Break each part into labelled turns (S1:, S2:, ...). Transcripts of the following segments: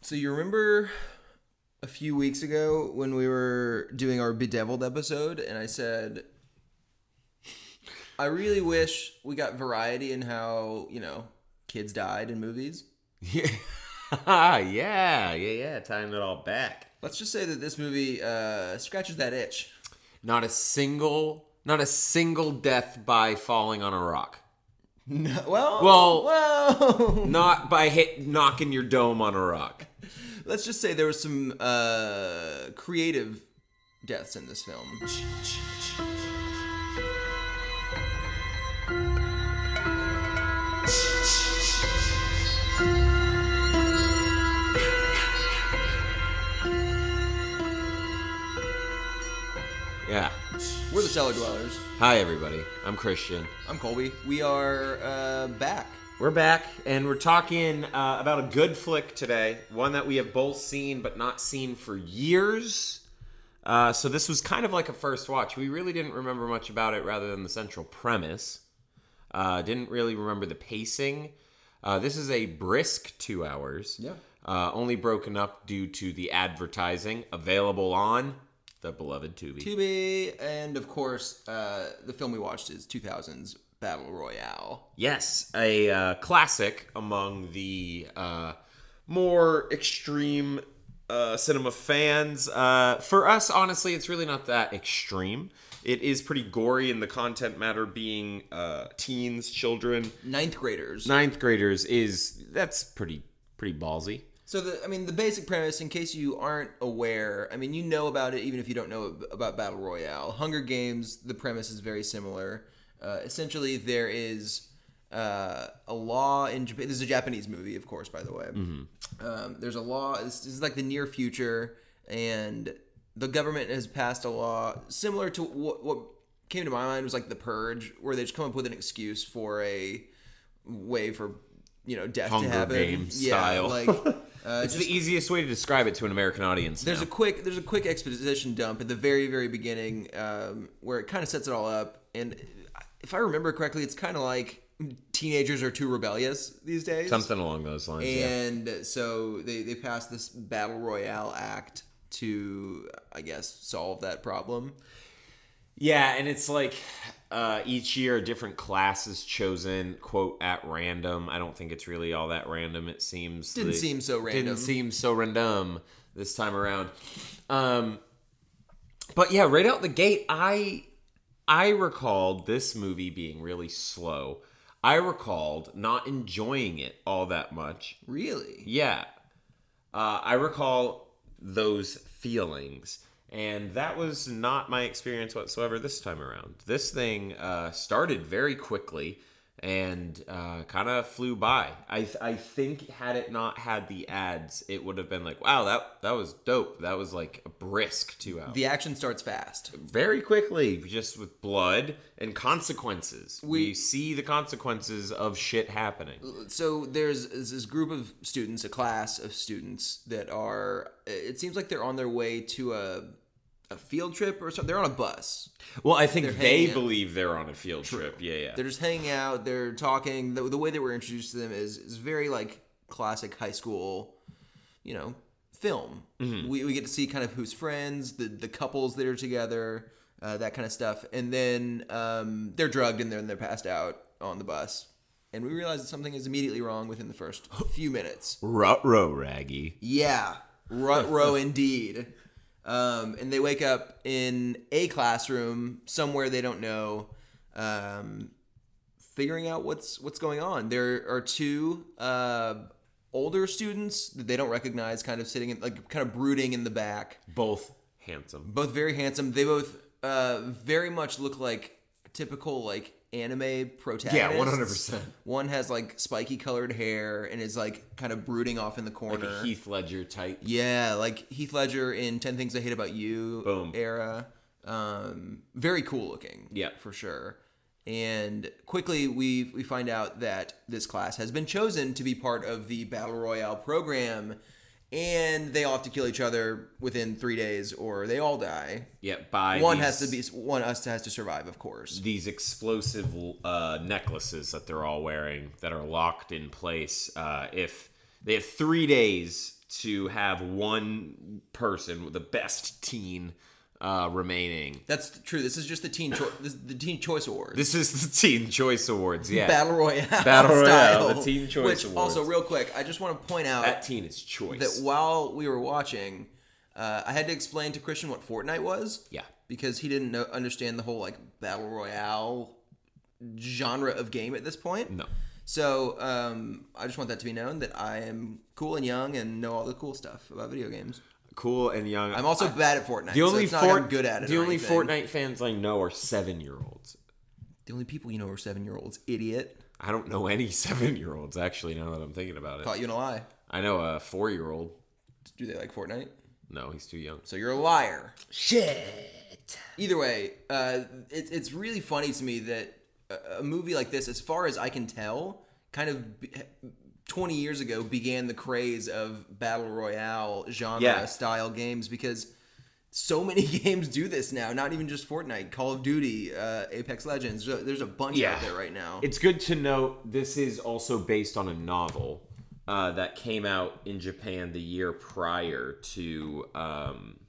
S1: So you remember a few weeks ago when we were doing our Bedeviled episode, and I said, I really wish we got variety in how you know kids died in movies.
S2: Yeah. Ah, yeah, yeah, yeah. Tying it all back.
S1: Let's just say that this movie uh, scratches that itch.
S2: Not a single, not a single death by falling on a rock.
S1: No, well,
S2: Well-
S1: well.
S2: Not by hit knocking your dome on a rock.
S1: Let's just say there was some uh, creative deaths in this film.
S2: Yeah.
S1: We're the Cellar Dwellers.
S2: Hi, everybody. I'm Christian.
S1: I'm Colby. We are uh, back.
S2: We're back, and we're talking uh, about a good flick today, one that we have both seen but not seen for years. Uh, so this was kind of like a first watch. We really didn't remember much about it, rather than the central premise. Uh, didn't really remember the pacing. Uh, this is a brisk two hours.
S1: Yeah.
S2: Uh, only broken up due to the advertising available on the beloved Tubi.
S1: Tubi, and of course, uh, the film we watched is 2000's Battle Royale.
S2: Yes, a uh, classic among the uh, more extreme uh, cinema fans. Uh, for us, honestly, it's really not that extreme. It is pretty gory in the content matter, being uh, teens, children,
S1: Ninth graders.
S2: ninth graders. Is that's pretty pretty ballsy.
S1: So the, I mean, the basic premise, in case you aren't aware, I mean, you know about it even if you don't know ab- about Battle Royale. Hunger Games, the premise is very similar. Uh, essentially, there is uh, a law in Japan. This is a Japanese movie, of course, by the way.
S2: Mm-hmm.
S1: Um, there's a law. This, this is like the near future, and the government has passed a law similar to what, what came to my mind was like the Purge, where they just come up with an excuse for a way for you know death
S2: Hunger
S1: to happen.
S2: Games
S1: yeah,
S2: style.
S1: like. Uh,
S2: It's the easiest way to describe it to an American audience.
S1: there's
S2: now.
S1: a quick there's a quick exposition dump at the very very beginning um, where it kind of sets it all up and if i remember correctly it's kind of like teenagers are too rebellious these days
S2: something along those lines. yeah.
S1: and so they they passed this battle royale act to i guess solve that problem
S2: Yeah, and it's like uh, each year a different class is chosen, quote, at random. I don't think it's really all that random. It seems
S1: Didn't
S2: the-
S1: seem so random.
S2: Didn't seem so random this time around. Um, but yeah, right out the gate, I I recalled this movie being really slow. I recalled not enjoying it all that much.
S1: really
S2: Yeah. Uh, I recall those feelings. And that was not my experience whatsoever this time around. This thing uh, started very quickly and uh, kind of flew by. I, I think had it not had the ads, it would have been like, wow, that, that was dope. That was like a brisk two hours.
S1: the action starts fast
S2: very quickly, just with blood and consequences.
S1: We-
S2: we see the consequences of shit happening.
S1: so there's this group of students, a class of students that are. It seems like they're on their way to a a field trip or something. They're on a bus.
S2: Well, I think they
S1: hanging out.
S2: believe they're on a field trip. Yeah, yeah.
S1: They're just hanging out. They're talking. The, the way that we're introduced to them is is very like classic high school, you know, film. We we get to see kind of who's friends, the the couples that are together, uh, that kind of stuff. And then um, they're drugged and then they're passed out on the bus. And we realize that something is immediately wrong within the first few minutes.
S2: Rut row raggy.
S1: Yeah, rut row indeed. Um, and they wake up in a classroom somewhere they don't know, um, figuring out what's what's going on. There are two uh, older students that they don't recognize, kind of sitting in, like kind of brooding in the back.
S2: Both handsome.
S1: Both very handsome. They both uh, very much look like typical like anime protagonists.
S2: Yeah, 100%.
S1: One has like spiky colored hair and is like kind of brooding off in the corner.
S2: Like a Heath Ledger type.
S1: Yeah, like Heath Ledger in Ten Things I Hate About You
S2: Boom.
S1: era. Um, very cool looking.
S2: Yeah.
S1: for sure. And quickly we we find out that this class has been chosen to be part of the battle royale program, and they all have to kill each other within three days or they all die.
S2: Yeah, by
S1: One
S2: these,
S1: has to be one us has to survive, of course.
S2: these explosive uh, necklaces that they're all wearing that are locked in place. Uh, if they have three days to have one person, the best teen uh, remaining.
S1: That's true. This is just the teen cho- this, the teen choice awards.
S2: This is the Teen Choice Awards, yeah.
S1: Battle Royale.
S2: Battle Royale,
S1: style.
S2: the Teen Choice
S1: Which, Also,
S2: Awards.
S1: real quick, I just want to point out
S2: that teen is choice.
S1: that while we were watching, uh, I had to explain to Christian what Fortnite was.
S2: yeah.
S1: Because he didn't know, understand the whole like battle royale genre of game at this point.
S2: No.
S1: So um, I just want that to be known that I am cool and young and know all the cool stuff about video games.
S2: Cool and young.
S1: I'm also bad at Fortnite.
S2: the only
S1: so it's not
S2: Fort-
S1: like I'm good at it.
S2: The
S1: or
S2: only
S1: anything.
S2: Fortnite fans I know are seven year olds.
S1: The only people you know are seven year olds. Idiot.
S2: I don't know any seven year olds actually. Now that I'm thinking about it,
S1: Caught you in a lie.
S2: I know a four year old.
S1: Do they like Fortnite?
S2: No, he's too young.
S1: So you're a liar.
S2: Shit.
S1: Either way, uh, it, it's really funny to me that a, a movie like this, as far as I can tell, kind of be, 20 years ago began the craze of battle royale genre
S2: Yeah.
S1: style games because so many games do this now. Not even just Fortnite, Call of Duty, uh, Apex Legends. There's a- There's a bunch
S2: Yeah.
S1: out there right now.
S2: It's good to note this is also based on a novel uh, that came out in Japan the year prior to um,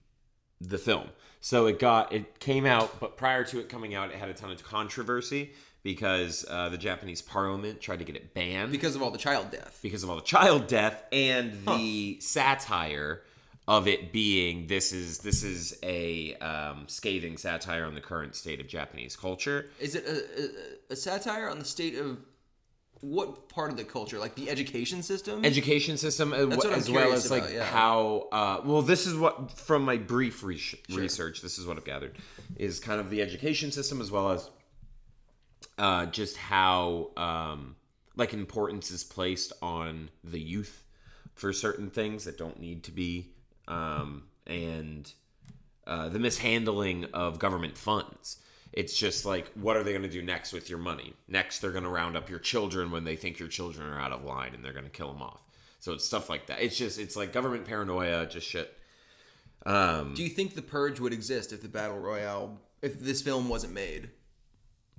S2: the film. So it got it came out, but prior to it coming out, it had a ton of controversy because uh, the Japanese Parliament tried to get it banned
S1: because of all the child death.
S2: because of all the child death and the satire of it being this is this is a um, scathing satire on the current state of Japanese culture.
S1: Is it a, a, a satire on the state of what part of the culture? Like the education system?
S2: education system as,
S1: That's what I'm
S2: as well
S1: curious
S2: as
S1: about,
S2: like
S1: yeah.
S2: how uh, well this is what from my brief re- research this is what i've gathered is kind of the education system as well as uh, just how um, like importance is placed on the youth for certain things that don't need to be um, and uh, the mishandling of government funds. It's just like, what are they going to do next with your money? Next, they're going to round up your children when they think your children are out of line and they're going to kill them off. So it's stuff like that. It's just, it's like government paranoia, just shit. Um,
S1: Do you think the purge would exist if the battle royale, if this film wasn't made?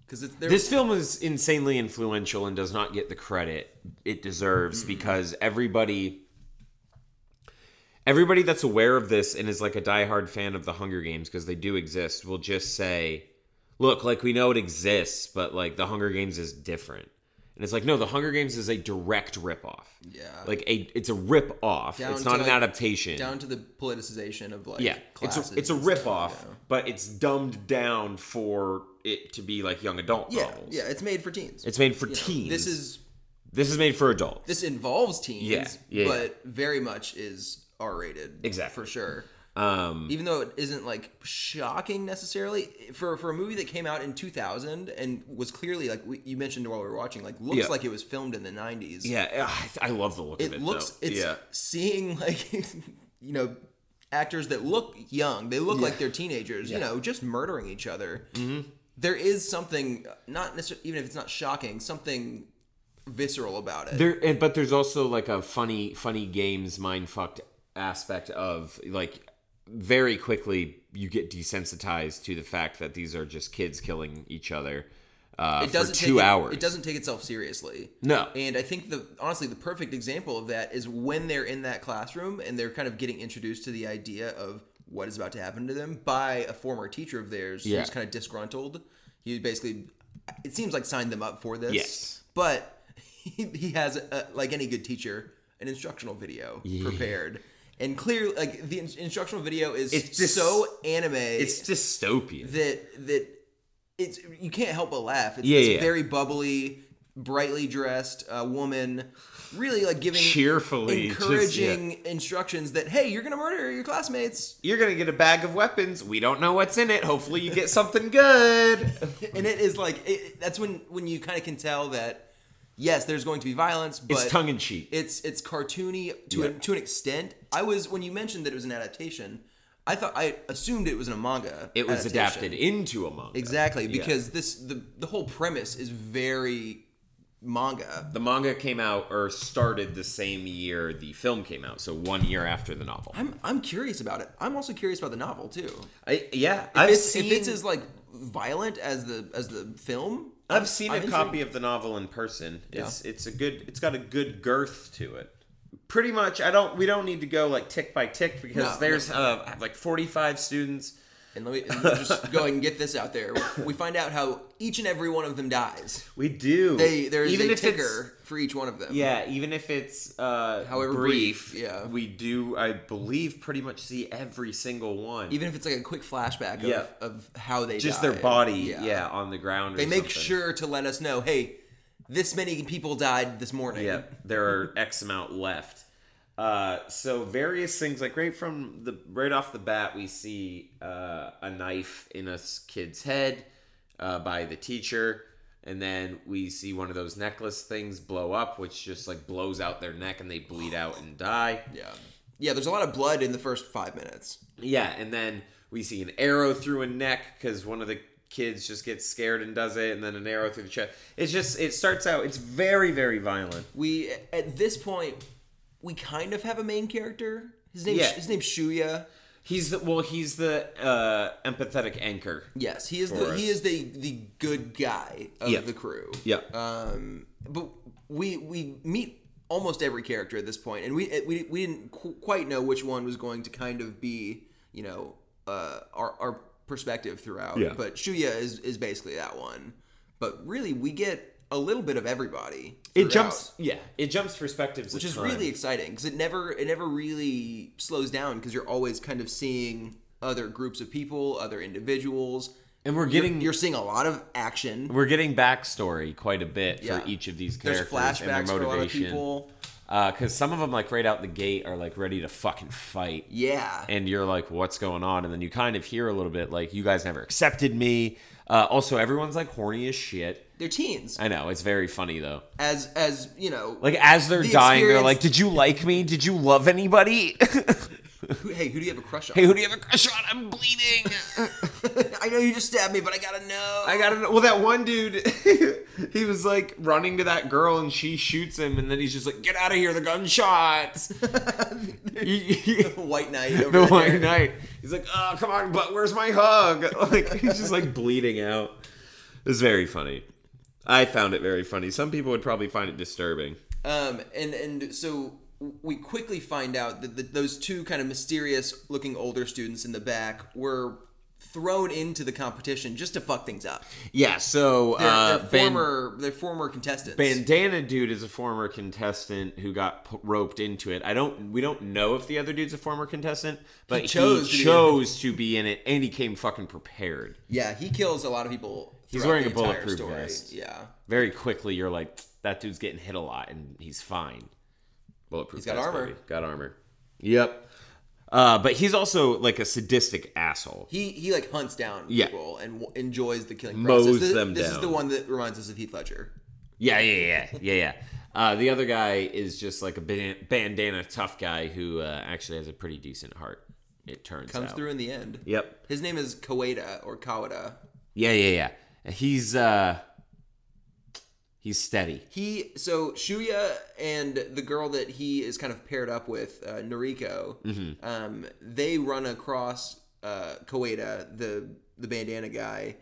S1: Because there,
S2: this film is insanely influential and does not get the credit it deserves
S1: Mm-hmm.
S2: because everybody everybody that's aware of this and is like a diehard fan of the Hunger Games because they do exist will just say, "Look, like we know it exists, but like the Hunger Games is different." And it's like, "No, the Hunger Games is a direct ripoff.
S1: yeah,
S2: Like a it's a rip off.
S1: Down
S2: It's
S1: to,
S2: not an
S1: like,
S2: adaptation.
S1: down to the politicization of like
S2: yeah,
S1: classes.
S2: it's a, it's a
S1: and
S2: rip
S1: stuff,
S2: off, but it's dumbed down for it to be like young adult
S1: Yeah, yeah,
S2: novels.
S1: yeah, it's made for teens.
S2: It's made for
S1: You know,
S2: teens.
S1: This is
S2: this is made for adults.
S1: this involves teens.
S2: Yeah, yeah,
S1: but very much is R rated.
S2: Exactly.
S1: for sure.
S2: Um,
S1: Even though it isn't like shocking necessarily for for a movie that came out in 2000 and was clearly like we, you mentioned while we were watching, like looks
S2: Yeah.
S1: like it was filmed in the 90s.
S2: yeah, I, I love the look of
S1: it
S2: it.
S1: looks
S2: though.
S1: it's
S2: yeah,
S1: seeing like you know actors that look young they look like they're teenagers you know just murdering each other
S2: Mm-hmm.
S1: There is something not necessarily even if it's not shocking something visceral about it
S2: there, and- but there's also like a funny, funny games mind fucked aspect of like very quickly you get desensitized to the fact that these are just kids killing each other uh,
S1: it doesn't
S2: for
S1: take
S2: two
S1: it-
S2: hours.
S1: it doesn't take itself seriously
S2: no,
S1: and i think the honestly the perfect example of that is when they're in that classroom and they're kind of getting introduced to the idea of what is about to happen to them by a former teacher of theirs
S2: Yeah.
S1: who's kind of disgruntled he basically it seems like signed them up for this
S2: Yes.
S1: but he, he has a, like any good teacher an instructional video prepared and clearly like the in- instructional video is
S2: It's just-
S1: so anime
S2: it's dystopian.
S1: that that it's you can't help but laugh. It's
S2: Yeah,
S1: this
S2: yeah.
S1: very bubbly, brightly dressed uh, woman, really like giving
S2: Cheerfully, just,
S1: encouraging instructions that hey, you're gonna murder your classmates,
S2: You're gonna get a bag of weapons. We don't know what's in it. Hopefully, you get something good.
S1: and it is like it, that's when when you kind of can tell that yes, there's going to be violence, but
S2: it's tongue in cheek.
S1: it's it's cartoony to an,
S2: Yeah.
S1: to an extent. I was when you mentioned that it was an adaptation, I thought I assumed it was in a manga.
S2: It was
S1: adaptation.
S2: adapted into a manga.
S1: Exactly,
S2: Yeah.
S1: because this the the whole premise is very manga.
S2: The manga came out or started the same year the film came out, so one year after the novel.
S1: I'm I'm curious about it. I'm also curious about the novel too.
S2: I, yeah,
S1: If
S2: I've
S1: it's,
S2: seen,
S1: if it's as like violent as the as the film,
S2: I've seen
S1: I'm
S2: a copy of the novel in person. It's it's a good. It's got a good girth to it. pretty much I don't we don't need to go like tick by tick because
S1: No,
S2: there's uh, like 45 students.
S1: And let me and let me just go ahead and get this out there. We find out how each and every one of them dies.
S2: We do.
S1: They there is
S2: Even
S1: a
S2: if it's-
S1: ticker for each one of them.
S2: Yeah, even if it's uh
S1: However
S2: brief,
S1: brief, yeah.
S2: We do I believe pretty much see every single one.
S1: Even if it's like a quick flashback of,
S2: Yeah.
S1: of how they
S2: just
S1: died.
S2: their body, yeah. on the ground.
S1: They make sure to let us know, hey, this many people died this morning.
S2: Yeah, there are X amount left. Uh, so various things like right from the right off the bat, we see uh, a knife in a s- kid's head uh, by the teacher, and then we see one of those necklace things blow up, which just like blows out their neck and they bleed out and die.
S1: Yeah. Yeah, there's a lot of blood in the first five minutes.
S2: Yeah, and then we see an arrow through a neck because one of the kids just gets scared and does it, and then an arrow through the chest. It's just it starts out. It's very very violent.
S1: We at this point we kind of have a main character. His name
S2: Yeah.
S1: his name's Shuya.
S2: He's the, well, he's the uh, empathetic anchor.
S1: Yes, he is
S2: For
S1: the
S2: us.
S1: he is the the good guy of
S2: Yeah.
S1: the crew.
S2: Yeah,
S1: Um, but we we meet almost every character at this point, and we we, we didn't qu- quite know which one was going to kind of be you know uh, our our perspective throughout.
S2: Yeah.
S1: But Shuya is is basically that one. But really, we get a little bit of everybody.
S2: it
S1: throughout,
S2: jumps. Yeah, it jumps perspectives,
S1: which is really exciting because it never it never really slows down because you're always kind of seeing other groups of people, other individuals.
S2: and we're
S1: You're,
S2: getting
S1: you're seeing a lot of action.
S2: we're getting backstory quite a bit
S1: Yeah.
S2: for each of these
S1: There's
S2: characters and
S1: flashbacks
S2: their
S1: for a lot of
S2: motivation.
S1: people.
S2: Because some of them, like right out the gate, are like ready to fucking fight.
S1: Yeah.
S2: and you're like, what's going on? And then you kind of hear a little bit like, you guys never accepted me. Uh, also, everyone's like horny as shit.
S1: they're teens.
S2: I know it's very funny though.
S1: As as you know,
S2: Like as they're
S1: The
S2: dying, they're
S1: experience-
S2: like, did you like me? Did you love anybody?
S1: who, hey, who do you have a crush on?
S2: hey, who do you have a crush on? I'm bleeding.
S1: I know you just stabbed me, but I gotta know.
S2: I gotta know. Well, that one dude, he was like running to that girl and she shoots him, and then he's just like, get out of here, the gunshots.
S1: White knight over
S2: the
S1: there.
S2: one night. He's like, oh, come on, but where's my hug? Like, he's just like bleeding out. It's very funny. I found it very funny. Some people would probably find it disturbing.
S1: Um, and and so we quickly find out that the, those two kind of mysterious looking older students in the back were thrown into the competition just to fuck things up.
S2: Yeah, so
S1: They're,
S2: uh,
S1: they're
S2: Ban-
S1: former they're former contestants.
S2: Bandana Dude is a former contestant who got p- roped into it. I don't, we don't know if the other dude's a former contestant, but he
S1: chose
S2: chose,
S1: to be in it.
S2: to be in it and he came fucking prepared.
S1: yeah, he kills a lot of people.
S2: He's
S1: throughout
S2: wearing
S1: the
S2: a
S1: entire
S2: bulletproof
S1: story.
S2: vest.
S1: Yeah,
S2: Very quickly, you're like, that dude's getting hit a lot and he's fine. Bulletproof.
S1: He's got
S2: vest,
S1: armor.
S2: baby. Got armor. Yep. Uh, but he's also like a sadistic asshole.
S1: he he like hunts down
S2: Yeah.
S1: people and w- enjoys the killing
S2: Mows
S1: process. This,
S2: them
S1: this is
S2: down.
S1: the one that reminds us of Heath Ledger.
S2: Yeah, yeah, yeah, yeah, yeah. Uh, the other guy is just like a ban- bandana tough guy who uh, actually has a pretty decent heart. It turns
S1: Comes
S2: out.
S1: through in the end.
S2: Yep.
S1: His name is Kawada or Kawada.
S2: Yeah, yeah, yeah. He's uh, he's steady.
S1: He so Shuya and the girl that he is kind of paired up with, uh, Noriko,
S2: Mm-hmm.
S1: um, they run across uh, Koeda, the the bandana guy.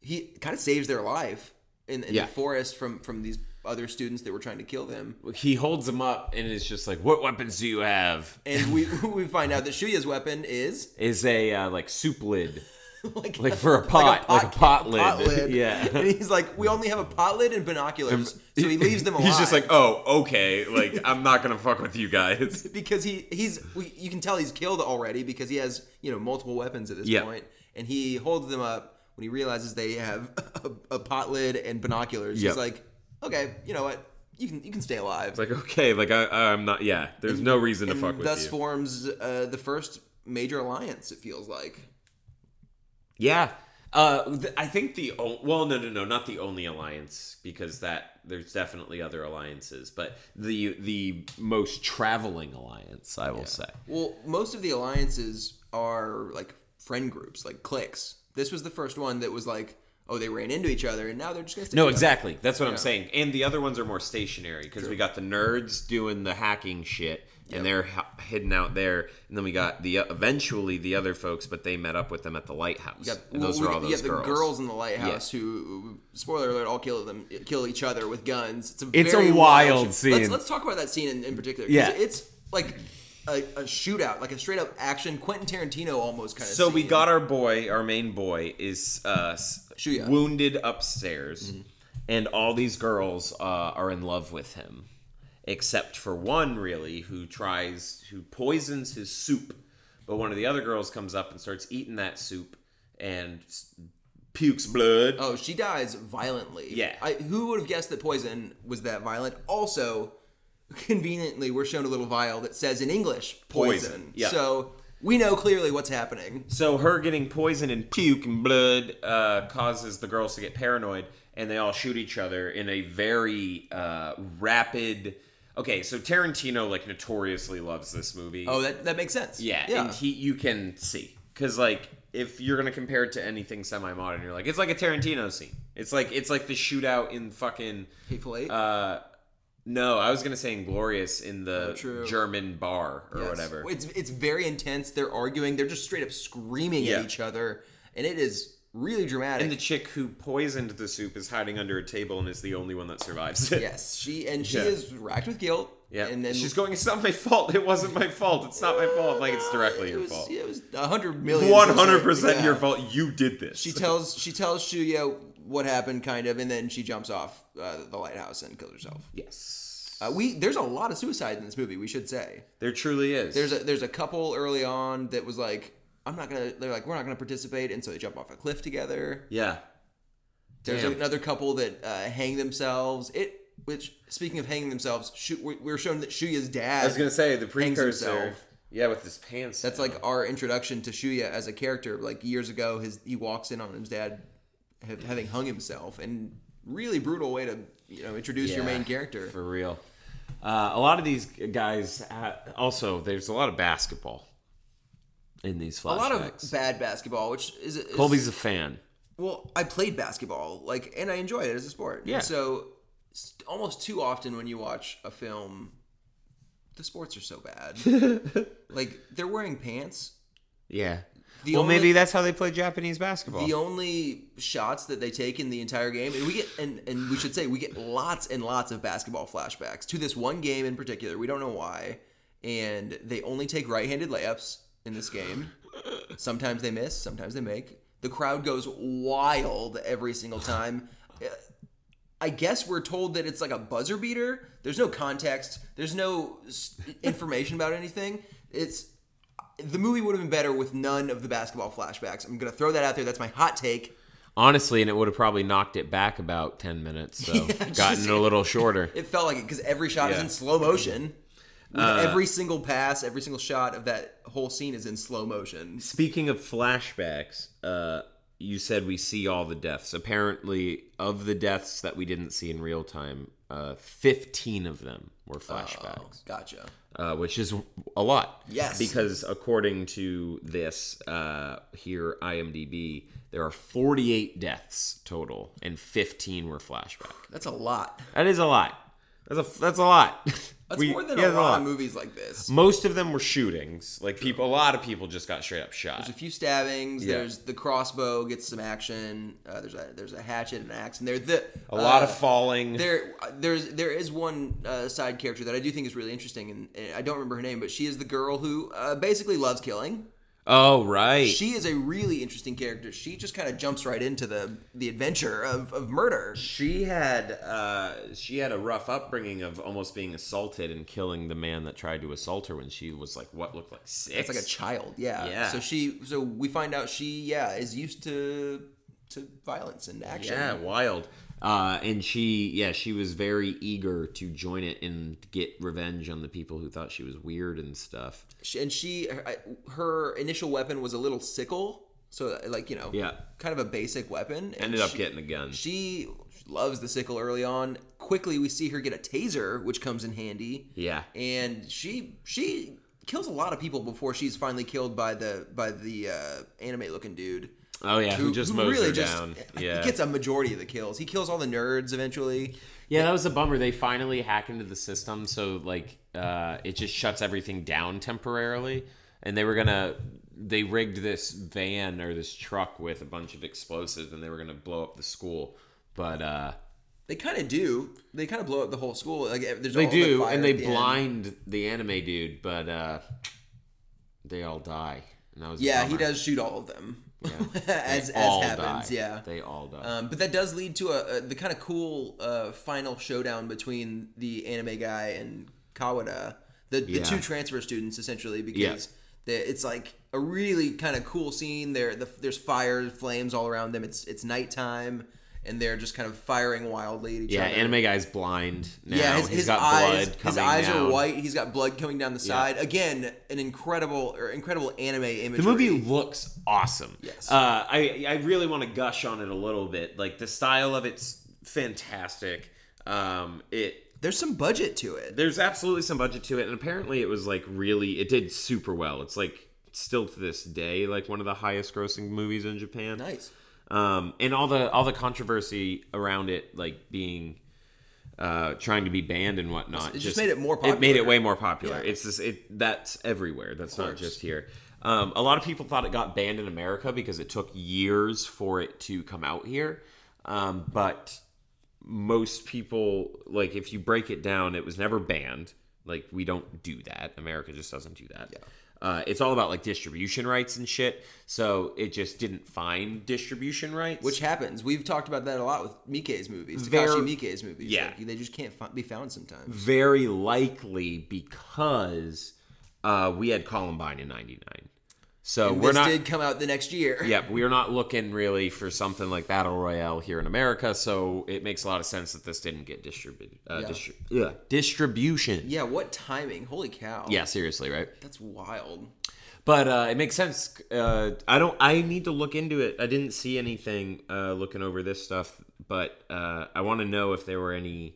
S1: He kind of saves their life in, in
S2: Yeah.
S1: the forest from from these other students that were trying to kill them.
S2: He holds him up and is just like, "What weapons do you have?"
S1: And we we find out that Shuya's weapon is
S2: Is a uh, like soup lid.
S1: like,
S2: Like for a pot, like a pot lid. Yeah.
S1: And he's like, we only have a pot lid and binoculars, so he leaves them alive.
S2: He's just like, oh, okay, like I'm not gonna fuck with you guys.
S1: because he he's we- you can tell he's killed already because he has you know multiple weapons at this
S2: Yeah.
S1: point, and he holds them up when he realizes they have a, a pot lid and binoculars.
S2: Yep.
S1: He's like, okay, you know what, you can you can stay alive.
S2: Like, okay, like I, I'm not. Yeah, there's no reason to fuck with
S1: thus
S2: you.
S1: forms uh, the first major alliance. It feels like
S2: yeah, uh, th- I think the o- well, no, no, no, not the only alliance because that there's definitely other alliances, but the the most traveling alliance, I will say.
S1: well, most of the alliances are like friend groups, like cliques. This was the first one that was like. oh they ran into each other and now they're just gonna stick
S2: No,
S1: together.
S2: exactly. That's what I'm
S1: Yeah.
S2: saying. And the other ones are more stationary because we got the nerds doing the hacking shit, and they're h- hidden out there. And then we got the eventually the other folks, but they met up with them at the lighthouse.
S1: Yeah,
S2: and those
S1: well,
S2: are
S1: we-
S2: all
S1: you
S2: those
S1: got
S2: girls.
S1: the girls in the lighthouse who, spoiler alert, all kill them, kill each other with guns. It's a
S3: It's a
S1: very
S3: wild
S1: sh-
S3: scene.
S1: Let's, let's talk about that scene in, in particular. 'cause
S3: Yeah.
S1: it's like a, a shootout, like a straight up action Quentin Tarantino almost kind of.
S2: So we got our boy, our main boy, is uh, s-
S1: Shuya.
S2: wounded upstairs, and all these girls uh, are in love with him, except for one really who tries who poisons his soup. But one of the other girls comes up and starts eating that soup and s- pukes blood.
S1: Oh, she dies violently.
S2: Yeah.
S1: I, who would have guessed that poison was that violent? Also, conveniently, we're shown a little vial that says in English poison.
S2: Poison, yeah.
S1: So we know clearly what's happening.
S2: So her getting poison and puke and blood uh, causes the girls to get paranoid, and they all shoot each other in a very uh, rapid. Okay, so Tarantino like notoriously loves this movie.
S1: Oh, that, that makes sense.
S2: yeah,
S1: Yeah.
S2: and he you can see because like if you're gonna compare it to anything semi-modern, you're like it's like a Tarantino scene. It's like it's like the shootout in fucking.
S1: Hateful Eight.
S2: Uh, no, I was gonna say Inglorious in the
S1: Oh, true.
S2: German bar or
S1: Yes.
S2: whatever.
S1: It's it's very intense. They're arguing. They're just straight up screaming
S2: Yeah.
S1: at each other, and it is really dramatic.
S2: And the chick who poisoned the soup is hiding under a table and is the only one that survives.
S1: yes, she and she
S2: Yeah.
S1: is racked with guilt.
S2: Yeah.
S1: and then
S2: she's going, it's not my fault. It wasn't my fault. It's not my fault. Like, it's directly
S1: It
S2: your
S1: was-
S2: fault.
S1: It was a hundred million.
S2: 100%
S1: Yeah.
S2: your fault. You did this.
S1: She tells she tells Shuya what happened, kind of, and then she jumps off uh, the lighthouse and kills herself.
S2: yes.
S1: Uh, we there's a lot of suicide in this movie. We should say
S2: there truly is.
S1: there's a there's a couple early on that was like. I'm not gonna. They're like, we're not gonna participate, and so they jump off a cliff together.
S2: yeah.
S1: There's
S2: Damn.
S1: another couple that uh, hang themselves. It, which speaking of hanging themselves, Shu, we we were shown that Shuya's dad.
S2: I was going to say, the precursor.
S1: himself.
S2: Yeah, with his pants.
S1: that's
S2: down.
S1: like our introduction to Shuya as a character. Like years ago, his he walks in on his dad ha- having hung himself, and really brutal way to you know introduce your
S2: Yeah,
S1: main character.
S2: For real. Uh, a lot of these guys, uh, also, there's a lot of basketball in these flashbacks.
S1: a lot of bad basketball, which is, is
S2: Colby's a fan.
S1: well, I played basketball, like, and I enjoyed it as a sport.
S2: Yeah.
S1: So s- almost too often when you watch a film, the sports are so bad. like they're wearing pants.
S2: Yeah.
S1: The
S2: well,
S1: only-
S2: maybe that's how they play Japanese basketball.
S1: The only shots that they take in the entire game, and we get, and, and we should say we get lots and lots of basketball flashbacks to this one game in particular. We don't know why, and they only take right-handed layups in this game. Sometimes they miss, sometimes they make. The crowd goes wild every single time. I guess we're told that it's like a buzzer beater. There's no context. There's no s- information about anything. It's the movie would have been better with none of the basketball flashbacks. I'm gonna throw that out there. That's my hot take.
S2: Honestly, and it would have probably knocked it back about 10 minutes, so gotten
S1: just-
S2: it a little shorter.
S1: It felt like it because every shot is
S2: Yeah. Uh,
S1: in slow motion. every single pass, every single shot of that whole scene is in slow motion.
S2: Speaking of flashbacks, uh, you said we see all the deaths. Apparently, of the deaths that we didn't see in real time, uh, 15 of them were flashbacks,
S1: Gotcha.
S2: uh, which is a lot.
S1: Oh. Yes.
S2: Because according to this uh, here, IMDb, there are 48 deaths total, and 15 were flashback.
S1: That's a lot.
S2: That is a lot. That's a that's a lot.
S1: That's
S2: We-
S1: more than
S2: yeah,
S1: a
S2: that's
S1: lot of movies like this.
S2: Most of them were shootings. Like people, a lot of people just got straight up shot.
S1: There's a few stabbings.
S2: Yeah.
S1: There's the crossbow gets some action. Uh, there's a there's a hatchet and an axe, and there the uh,
S2: A lot of falling.
S1: there there's there is one uh, side character that I do think is really interesting, and, and I don't remember her name, but she is the girl who uh, basically loves killing.
S2: oh right.
S1: She is a really interesting character. She just kind of jumps right into the the adventure of, of murder.
S2: she had uh, she had a rough upbringing of almost being assaulted and killing the man that tried to assault her when she was like what looked like six.
S1: It's like a child, yeah.
S2: Yeah.
S1: So she so we find out she yeah is used to to violence and action.
S2: yeah, wild. Uh, and she yeah she was very eager to join it and get revenge on the people who thought she was weird and stuff.
S1: She- and she her, I- her initial weapon was a little sickle, so like you know
S2: Yeah.
S1: kind of a basic weapon. and
S2: Ended up
S1: she-
S2: getting a gun.
S1: She loves the sickle early on. Quickly, we see her get a taser, which comes in handy.
S2: Yeah.
S1: and she she kills a lot of people before she's finally killed by the by the uh, anime looking dude.
S2: Oh yeah, who, just mows her down. Yeah,
S1: he gets a majority of the kills. He kills all the nerds eventually.
S3: Yeah, that was a bummer. They finally hack into the system, so like uh, it just shuts everything down temporarily. And they were gonna they rigged this van or this truck with a bunch of explosives, and they were gonna blow up the school. But uh,
S1: They kind of do. They kind of blow up the whole school. Like there's
S3: they
S1: all
S3: do,
S1: that fire
S3: and they
S1: at the end.
S3: blind the anime dude, but uh, they all die. And that was a
S1: Yeah, he
S3: bummer.
S1: does shoot all of them. as
S3: They all
S1: as happens.
S3: die.
S1: Yeah.
S3: they all die.
S1: Um, but that does lead to a, a the kind of cool uh, final showdown between the anime guy and Kawada, the, the
S3: Yeah.
S1: two transfer students essentially, because they, it's like a really kind of cool scene. There, the, there's fire, flames all around them. It's it's nighttime, and they're just kind of firing wildly at each
S3: yeah,
S1: other.
S3: anime guy's blind now.
S1: Yeah, his,
S3: He's
S1: his
S3: got
S1: eyes,
S3: blood
S1: his
S3: coming
S1: eyes
S3: down.
S1: are white. He's got blood coming down the side. Again, an incredible or incredible anime imagery.
S2: The movie looks awesome.
S1: Yes.
S2: Uh, I I really want to gush on it a little bit. Like the style of it's fantastic. Um, it
S1: There's some budget to it.
S2: there's absolutely some budget to it, and apparently it was like really it did super well. It's like still to this day like one of the highest grossing movies in Japan.
S1: Nice.
S2: Um, and all the all the controversy around it like being uh, trying to be banned and whatnot.
S1: It just made it more
S2: It made
S1: popular.
S2: it way more popular.
S1: Yeah.
S2: It's this. It that's everywhere. That's not
S1: course.
S2: just here. Um, a lot of people thought it got banned in America because it took years for it to come out here. Um, but most people like if you break it down, it was never banned. Like we don't do that. America just doesn't do that. Uh, it's all about like distribution rights and shit. So it just didn't find distribution rights.
S1: Which happens. We've talked about that a lot with Mike's movies,
S2: Very-
S1: Takashi Miike's movies.
S2: Yeah.
S1: Like, they just can't fi- be found sometimes.
S2: very likely because uh, we had Columbine in '99. So we're
S1: this
S2: not.
S1: did come out the next year.
S2: Yep, we're not looking really for something like Battle Royale here in America, so it makes a lot of sense that this didn't get distributed. Uh,
S1: Yeah.
S2: distri- ugh, distribution.
S1: Yeah, what timing? Holy cow.
S2: Yeah, seriously, right?
S1: That's wild.
S2: But uh, it makes sense. Uh, I don't. I need to look into it. I didn't see anything uh, looking over this stuff, but uh, I want to know if there were any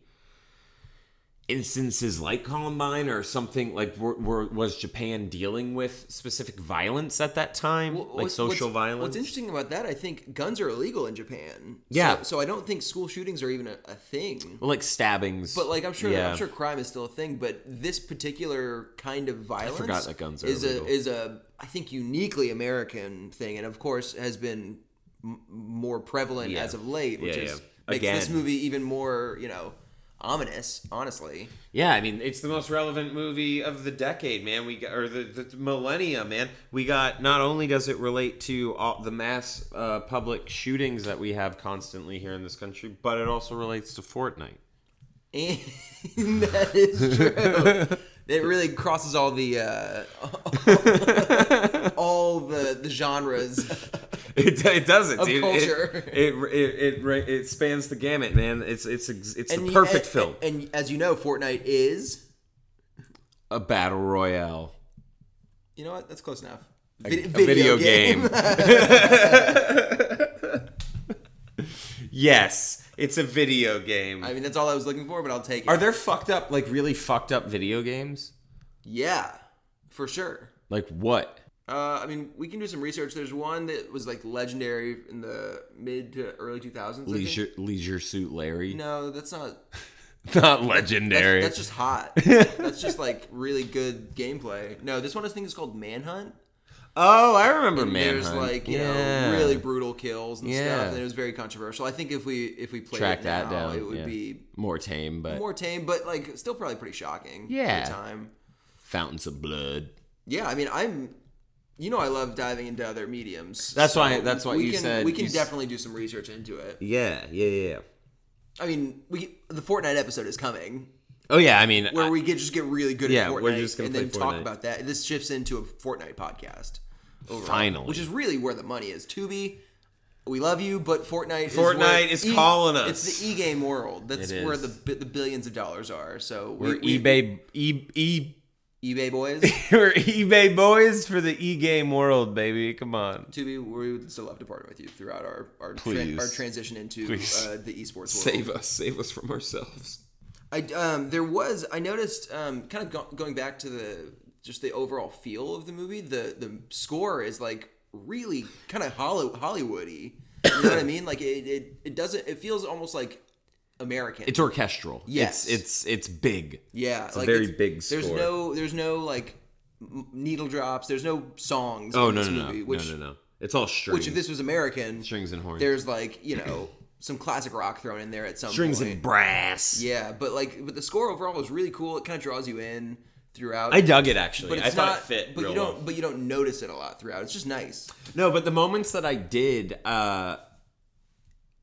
S2: instances like Columbine or something like were, were, was Japan dealing with specific violence at that time,
S1: Well,
S2: like
S1: what's-
S2: social
S1: what's,
S2: violence.
S1: What's interesting about that, I think guns are illegal in Japan. So-
S2: Yeah.
S1: So, I don't think school shootings are even a, a thing.
S2: Well, like stabbings.
S1: But like I'm sure
S2: Yeah.
S1: I'm sure crime is still a thing, but this particular kind of violence
S2: that guns are
S1: is a
S2: illegal.
S1: is a I think uniquely American thing, and of course has been m- more prevalent
S2: Yeah.
S1: as of late, which
S2: Yeah,
S1: is
S2: yeah.
S1: makes this
S2: Again.
S1: movie even more you know ominous. Honestly,
S2: Yeah, I mean, it's the most relevant movie of the decade, man. We got, or the, the millennia, man. We got not only does it relate to all the mass uh, public shootings that we have constantly here in this country, but it also relates to Fortnite.
S1: and that is true. It really crosses all the uh, all the the genres.
S2: It, it does it, dude. It-
S1: culture.
S2: It it, it it ra- it spans the gamut, man. It's it's ex- it's the e,
S1: And-
S2: perfect
S1: and-
S2: film.
S1: and as you know, Fortnite is
S2: A battle royale.
S1: you know what? That's close enough.
S2: a
S1: Vid-
S2: video game. Yes, it's a video game.
S1: I mean, that's all I was looking for, but I'll take it.
S2: Are there fucked up, like really fucked up video games?
S1: yeah, for sure.
S2: Like what?
S1: Uh, I mean, we can do some research. There's one that was like legendary in the mid to early 2000s. I think.
S2: Leisure Leisure Suit Larry?
S1: No, that's not.
S2: Not legendary.
S1: That's just hot. that's just like really good gameplay. No, this one I think is called Manhunt.
S2: oh, I remember
S1: There's
S2: Manhunt.
S1: like you
S2: Yeah.
S1: know really brutal kills and
S2: Yeah.
S1: stuff, and it was very controversial. I think if we if we played
S2: track
S1: it
S2: that
S1: now,
S2: down.
S1: it would
S2: yeah.
S1: be
S2: more tame, but
S1: more tame, but like still probably pretty shocking.
S2: Yeah.
S1: at the time.
S2: fountains of blood.
S1: Yeah, I mean, I'm. You know, I love diving into other mediums.
S2: That's why- that's why
S1: we
S2: you
S1: can,
S2: said
S1: we can
S2: you s-
S1: definitely do some research into it.
S2: Yeah, yeah, yeah. yeah.
S1: I mean, we the Fortnite episode is coming,
S2: Oh yeah, I mean,
S1: where
S2: I-
S1: we get just get really good
S2: Yeah,
S1: at Fortnite
S2: we're just gonna
S1: and
S2: play
S1: then talk
S2: Fortnite.
S1: about that. This shifts into a Fortnite podcast, overall,
S2: Finally.
S1: which is really where the money is. Tubi, we love you, but Fortnite
S2: Fortnite
S1: is,
S2: is
S1: where- E,
S2: calling us.
S1: It's the e-game world. That's
S2: It
S1: where
S2: is.
S1: the bi- the billions of dollars are. So
S2: we're
S1: we, we-
S2: eBay e, e
S1: eBay boys.
S2: we're eBay boys for the e game world, baby. Come on,
S1: Tubi, we would still love to partner with you throughout our our, tran-
S2: Please.
S1: our transition into
S2: Please.
S1: uh, the esports world.
S2: save us, save us from ourselves.
S1: I um, there was I noticed um, kind of go- going back to the just the overall feel of the movie. The the score is like really kind of hollow Hollywoody. You know what I mean? Like it, it, it doesn't. It feels almost like American.
S3: It's orchestral.
S1: Yes.
S3: It's it's, it's big.
S1: yeah,
S2: It's a very
S1: it's-
S2: big score.
S1: There's no, there's no like m- needle drops. There's no songs.
S3: Oh
S1: in
S3: no
S1: this
S3: no
S1: movie,
S3: no.
S1: which,
S3: no no no. It's all strings.
S1: Which if this was American,
S3: strings and horns.
S1: there's like you know some classic rock thrown in there at some
S2: strings
S1: point.
S2: and brass.
S1: yeah, but like, but the score overall is really cool. It kind of draws you in throughout.
S2: I dug it actually.
S1: but it's
S2: I thought
S1: not,
S2: it fit.
S1: But
S2: real
S1: you don't,
S2: well.
S1: but you don't notice it a lot throughout. It's just nice.
S3: No, but the moments that I did, uh,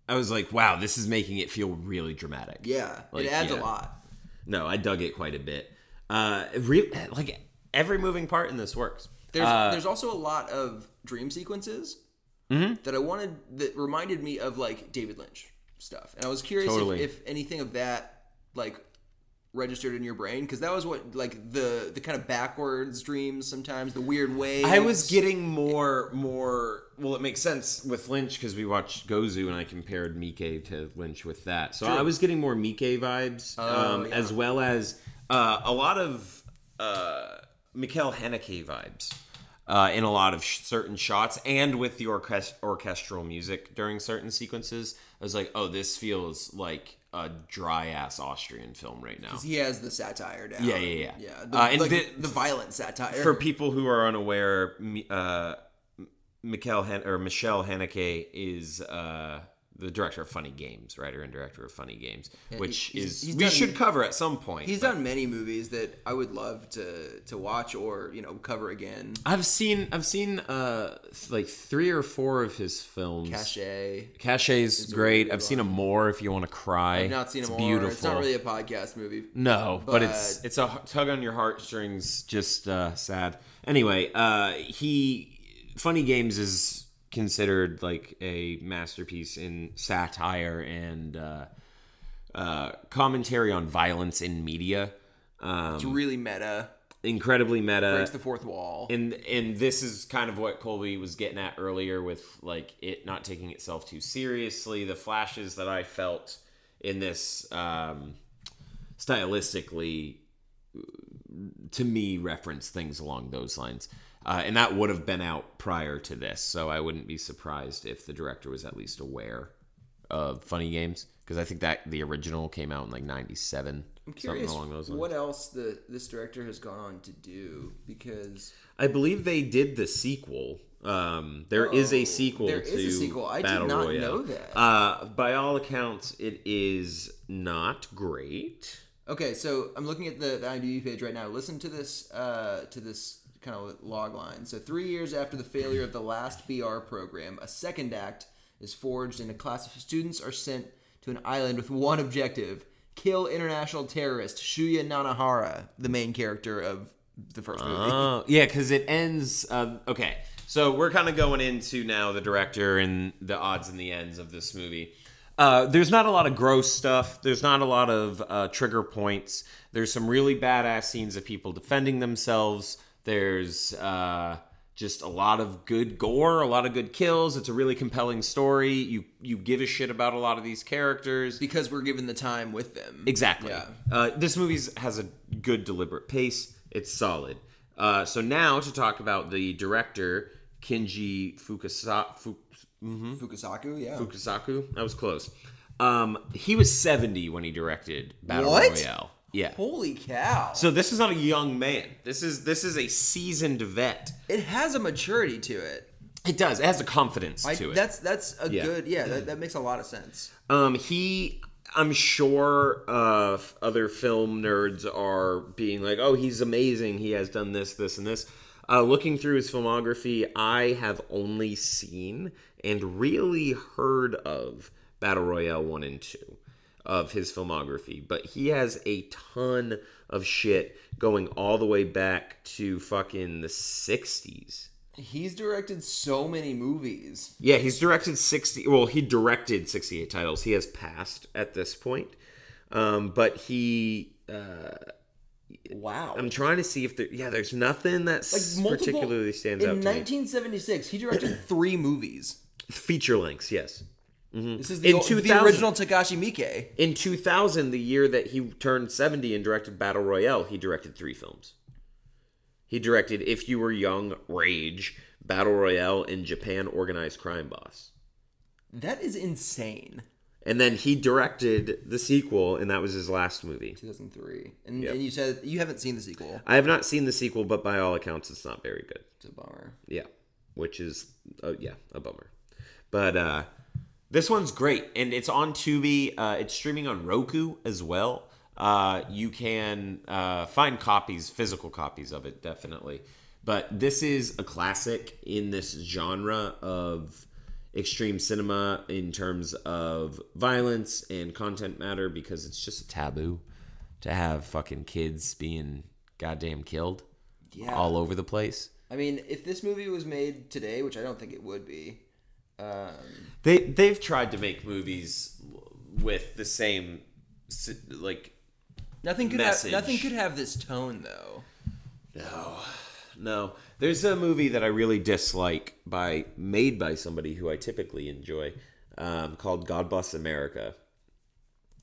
S3: I was like, wow, this is making it feel really dramatic.
S1: Yeah,
S3: Like,
S1: it adds
S3: yeah.
S1: a lot.
S2: No, I dug it quite a bit. Uh, re- like every moving part in this works.
S1: There's
S2: Uh,
S1: there's also a lot of dream sequences
S2: Mm-hmm.
S1: that I wanted that reminded me of like David Lynch stuff, and I was curious
S3: Totally.
S1: if, if anything of that like registered in your brain because that was what like the the kind of backwards dreams sometimes the weird way
S2: I was getting more, more. Well, it makes sense with Lynch because we watched Gozu and I compared Mike to Lynch with that. So I was getting more Mike vibes, um, as well as uh, a lot of uh, Mikhail Haneke vibes uh, in a lot of sh- certain shots and with the orchest- orchestral music during certain sequences. I was like, oh, this feels like a dry ass Austrian film right now.
S1: he has the satire down
S2: Yeah, yeah, yeah.
S1: yeah
S2: Uh, and
S1: like,
S2: the-
S1: the violent satire
S2: for people who are unaware, M- uh, M- Mikhail Han- or Michelle Haneke is uh, the director of Funny Games, writer and director of Funny Games, which
S1: he's-
S2: is
S1: he's
S2: we
S1: done-
S2: should cover at some point.
S1: he's
S2: but-
S1: done many movies that I would love to to watch or you know cover again
S2: I've seen I've seen uh, th- like three or four of his films.
S1: Cachet
S2: Cachet's great. I've seen him more if you want to cry.
S1: I've not seen
S2: it's
S1: him
S2: Beautiful.
S1: or it's not really a podcast movie
S2: No, but, it's
S1: But-
S2: it's a tug on your heartstrings. Just uh, sad. Anyway, uh, he Funny Games is considered like a masterpiece in satire and uh, uh, commentary on violence in media. Um,
S1: it's really meta
S2: incredibly meta.
S1: breaks the fourth wall
S2: And and this is kind of what Colby was getting at earlier with like it not taking itself too seriously. The flashes that I felt in this um, stylistically to me reference things along those lines. Uh, and that would have been out prior to this, so I wouldn't be surprised if the director was at least aware of Funny Games because I think that the original came out in like '97, something
S1: curious
S2: along those lines.
S1: what else the this director has gone on to do because
S2: I believe they did the sequel. Um, there is a sequel.
S1: Oh, there is
S2: to
S1: a sequel. I did
S2: Battle
S1: not
S2: Royale.
S1: know that.
S2: Uh, by all accounts, it is not great.
S1: okay so I'm looking at the, the IMDb page right now listen to this uh, to this kind of log line so three years after the failure of the last BR program a second act is forged and a class of students are sent to an island with one objective kill international terrorist Shuya Nanahara the main character of the first movie
S2: Oh, yeah, because it ends. Uh, okay, so we're kind of going into now the director and the odds and the ends of this movie. Uh, there's not a lot of gross stuff. There's not a lot of uh, trigger points. There's some really badass scenes of people defending themselves. There's uh, just a lot of good gore, a lot of good kills. It's a really compelling story. You you give a shit about a lot of these characters.
S1: because we're given the time with them
S2: Exactly.
S1: Yeah.
S2: Uh, this movie has a good, deliberate pace. It's solid. Uh, so now to talk about the director Kenji Fukasa- Fu-
S1: Mm-hmm. Fukusaku yeah
S2: Fukasaku. That was close. Um, he was seventy when he directed Battle
S1: What?
S2: Royale. Yeah.
S1: holy cow
S2: So this is not a young man. This is this is a seasoned vet.
S1: it has a maturity to it.
S2: It does. It has a confidence
S1: I,
S2: to it.
S1: That's that's a
S2: Yeah.
S1: good yeah. That, that makes a lot of sense.
S2: Um, he, I'm sure, uh, f- other film nerds are being like, "Oh, he's amazing. He has done this, this, and this." Uh, looking through his filmography, I have only seen and really heard of Battle Royale one and two of his filmography, but he has a ton of shit going all the way back to fucking the '60s.
S1: He's directed so many movies.
S2: Yeah, he's directed 60. Well, he directed 68 titles. He has passed at this point. Um, but he. Uh,
S1: Wow.
S2: I'm trying to see if there. Yeah, there's nothing that s- particularly stands
S1: in
S2: out to me.
S1: 1976, he directed three movies.
S2: Feature lengths, yes.
S1: This is the,
S2: Mm. In
S1: ol- the
S2: 2000.
S1: original Takashi Miike.
S2: In 2000, the year that he turned 70 and directed Battle Royale, he directed three films. He directed If You Were Young, Rage, battle royale in Japan organized crime boss.
S1: That is insane.
S2: And then he directed the sequel, and that was his last movie.
S1: 2003. And, and you said you haven't seen the sequel.
S2: I have not seen the sequel, but by all accounts, it's not very good.
S1: It's a bummer.
S2: Yeah, which is uh, yeah a bummer. But uh, this one's great, and it's on Tubi. Uh, it's streaming on Roku as well. Uh, you can uh, find copies, physical copies of it, definitely. But this is a classic in this genre of extreme cinema in terms of violence and content matter because it's just a taboo to have fucking kids being goddamn killed
S1: Yeah.
S2: all over the place.
S1: I mean, if this movie was made today, which I don't think it would be, um,
S2: They they've tried to make movies with the same si- like
S1: nothing could
S2: Message.
S1: have nothing could have this tone though.
S2: no no. There's a movie that I really dislike by made by somebody who I typically enjoy um, called God Bless America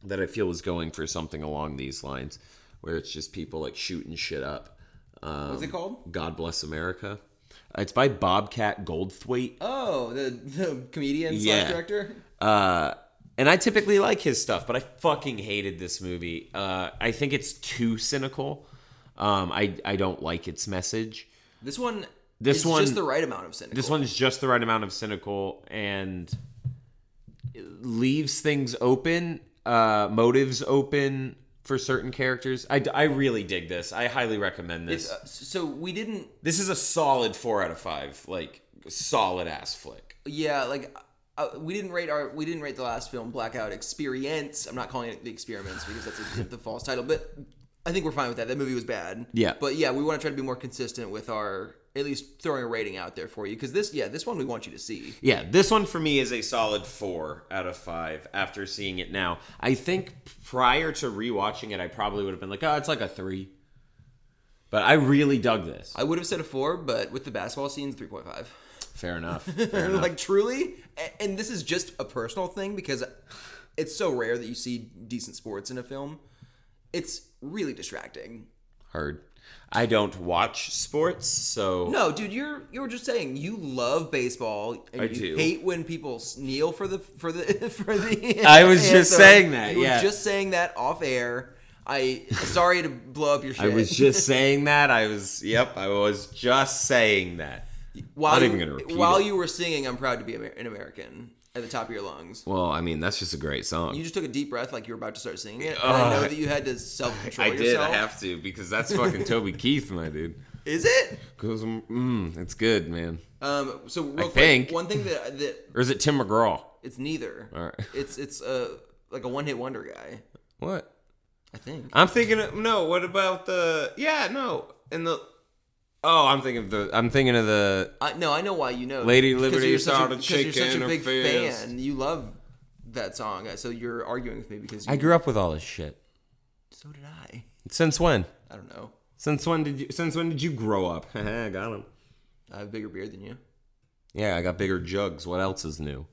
S2: that I feel was going for something along these lines where it's just people like shooting shit up. Um,
S1: What's it called?
S2: God Bless America. It's by Bobcat Goldthwait.
S1: Oh, the the comedian
S2: Yeah.
S1: slash director.
S2: Uh, and I typically like his stuff, but I fucking hated this movie. Uh, I think it's too cynical. Um, I I don't like its message.
S1: This one.
S2: This
S1: is
S2: one-
S1: just the right amount of cynical.
S2: This one's just the right amount of cynical and leaves things open, uh, motives open for certain characters. I, I really dig this. I highly recommend this.
S1: It's, uh, so we didn't.
S2: this is a solid four out of five, like solid ass flick.
S1: Yeah, like. Uh, we didn't rate our we didn't rate the last film blackout experience i'm not calling it the experiments because that's a, the false title but i think we're fine with that that movie was bad
S2: Yeah.
S1: but yeah we want to try to be more consistent with our at least throwing a rating out there for you because this yeah this one we want you to see
S2: Yeah, this one for me is a solid four out of five after seeing it now. I think prior to rewatching it, I probably would have been like, oh, it's like a three. But I really dug this.
S1: I would have said a four, but with the basketball scenes, three point five.
S2: Fair enough.
S1: like truly, a- and this is just a personal thing because it's so rare that you see decent sports in a film. It's really distracting.
S2: Heard. I don't watch sports, so
S1: No, dude, you're you were just saying you love baseball and
S2: I
S1: you
S2: do.
S1: hate when people s- kneel for the for the for the.
S2: I was just
S1: anthem.
S2: saying that,
S1: You
S2: yeah.
S1: were just saying that off air. I sorry to blow up your shit.
S2: I was just saying that. I was, yep, I was just saying that.
S1: while
S2: not
S1: you,
S2: even gonna repeat
S1: while
S2: it.
S1: you were singing. I'm proud to be Amer- an American at the top of your lungs.
S2: Well, I mean, that's just a great song.
S1: You just took a deep breath like you were about to start singing it. and I know
S2: Ugh.
S1: that you had to self control
S2: I did.
S1: yourself.
S2: I have to because that's fucking Toby Keith, my dude.
S1: Is it?
S2: Because, mm, it's good, man.
S1: Um, so real quick,
S2: think.
S1: one thing that that
S2: Or is it Tim McGraw?
S1: it's neither.
S2: All right.
S1: It's it's uh like a one hit wonder guy.
S2: What?
S1: I think.
S2: I'm thinking of, no, what about the yeah, no. And the Oh, I'm thinking of the I'm thinking of the
S1: I, no, I know why you know.
S2: Lady
S1: Because
S2: Liberty
S1: you're such
S2: started
S1: a, because You're such
S2: shaking
S1: a
S2: her
S1: big
S2: fist.
S1: fan. You love that song, so you're arguing with me because you,
S2: I grew up with all this shit.
S1: so did I.
S2: Since when?
S1: I don't know.
S2: Since when did you since when did you grow up? I got him.
S1: I have a bigger beard than you.
S2: Yeah, I got bigger jugs. What else is new?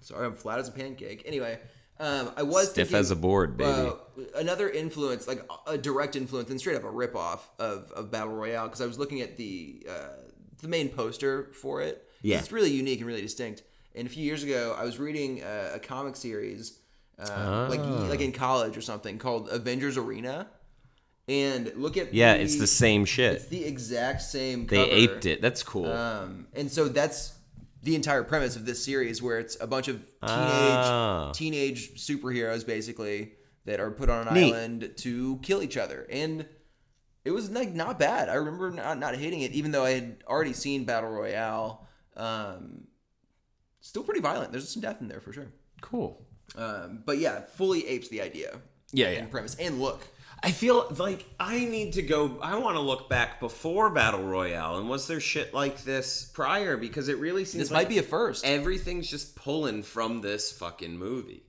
S1: Sorry, I'm flat as a pancake. Anyway, um, I was
S2: Stiff
S1: thinking,
S2: as a board, baby.
S1: uh, another influence, like a direct influence and straight up a ripoff of of Battle Royale, because I was looking at the uh, the main poster for it.
S2: Yeah.
S1: it's really unique and really distinct. And a few years ago, I was reading uh, a, a comic series, uh, like
S2: Ah.
S1: like in college or something, called Avengers Arena. And look at
S2: yeah, it's Uh, the same shit.
S1: it's the exact same.
S2: They
S1: cover.
S2: aped it. That's cool.
S1: Um, and so that's the entire premise of this series, where it's a bunch of teenage
S2: Ah.
S1: teenage superheroes basically that are put on an
S2: Neat.
S1: island to kill each other. And it was like not bad. I remember not not hating it, even though I had already seen Battle Royale. Um, still pretty violent. There's some death in there for sure.
S2: cool.
S1: Um, but yeah, fully apes the idea
S2: Yeah, yeah.
S1: and premise and look.
S2: I feel like I need to go. I want to look back before Battle Royale and was there shit like this prior? Because it really seems
S1: This
S2: like
S1: might be a first.
S2: everything's just pulling from this fucking movie.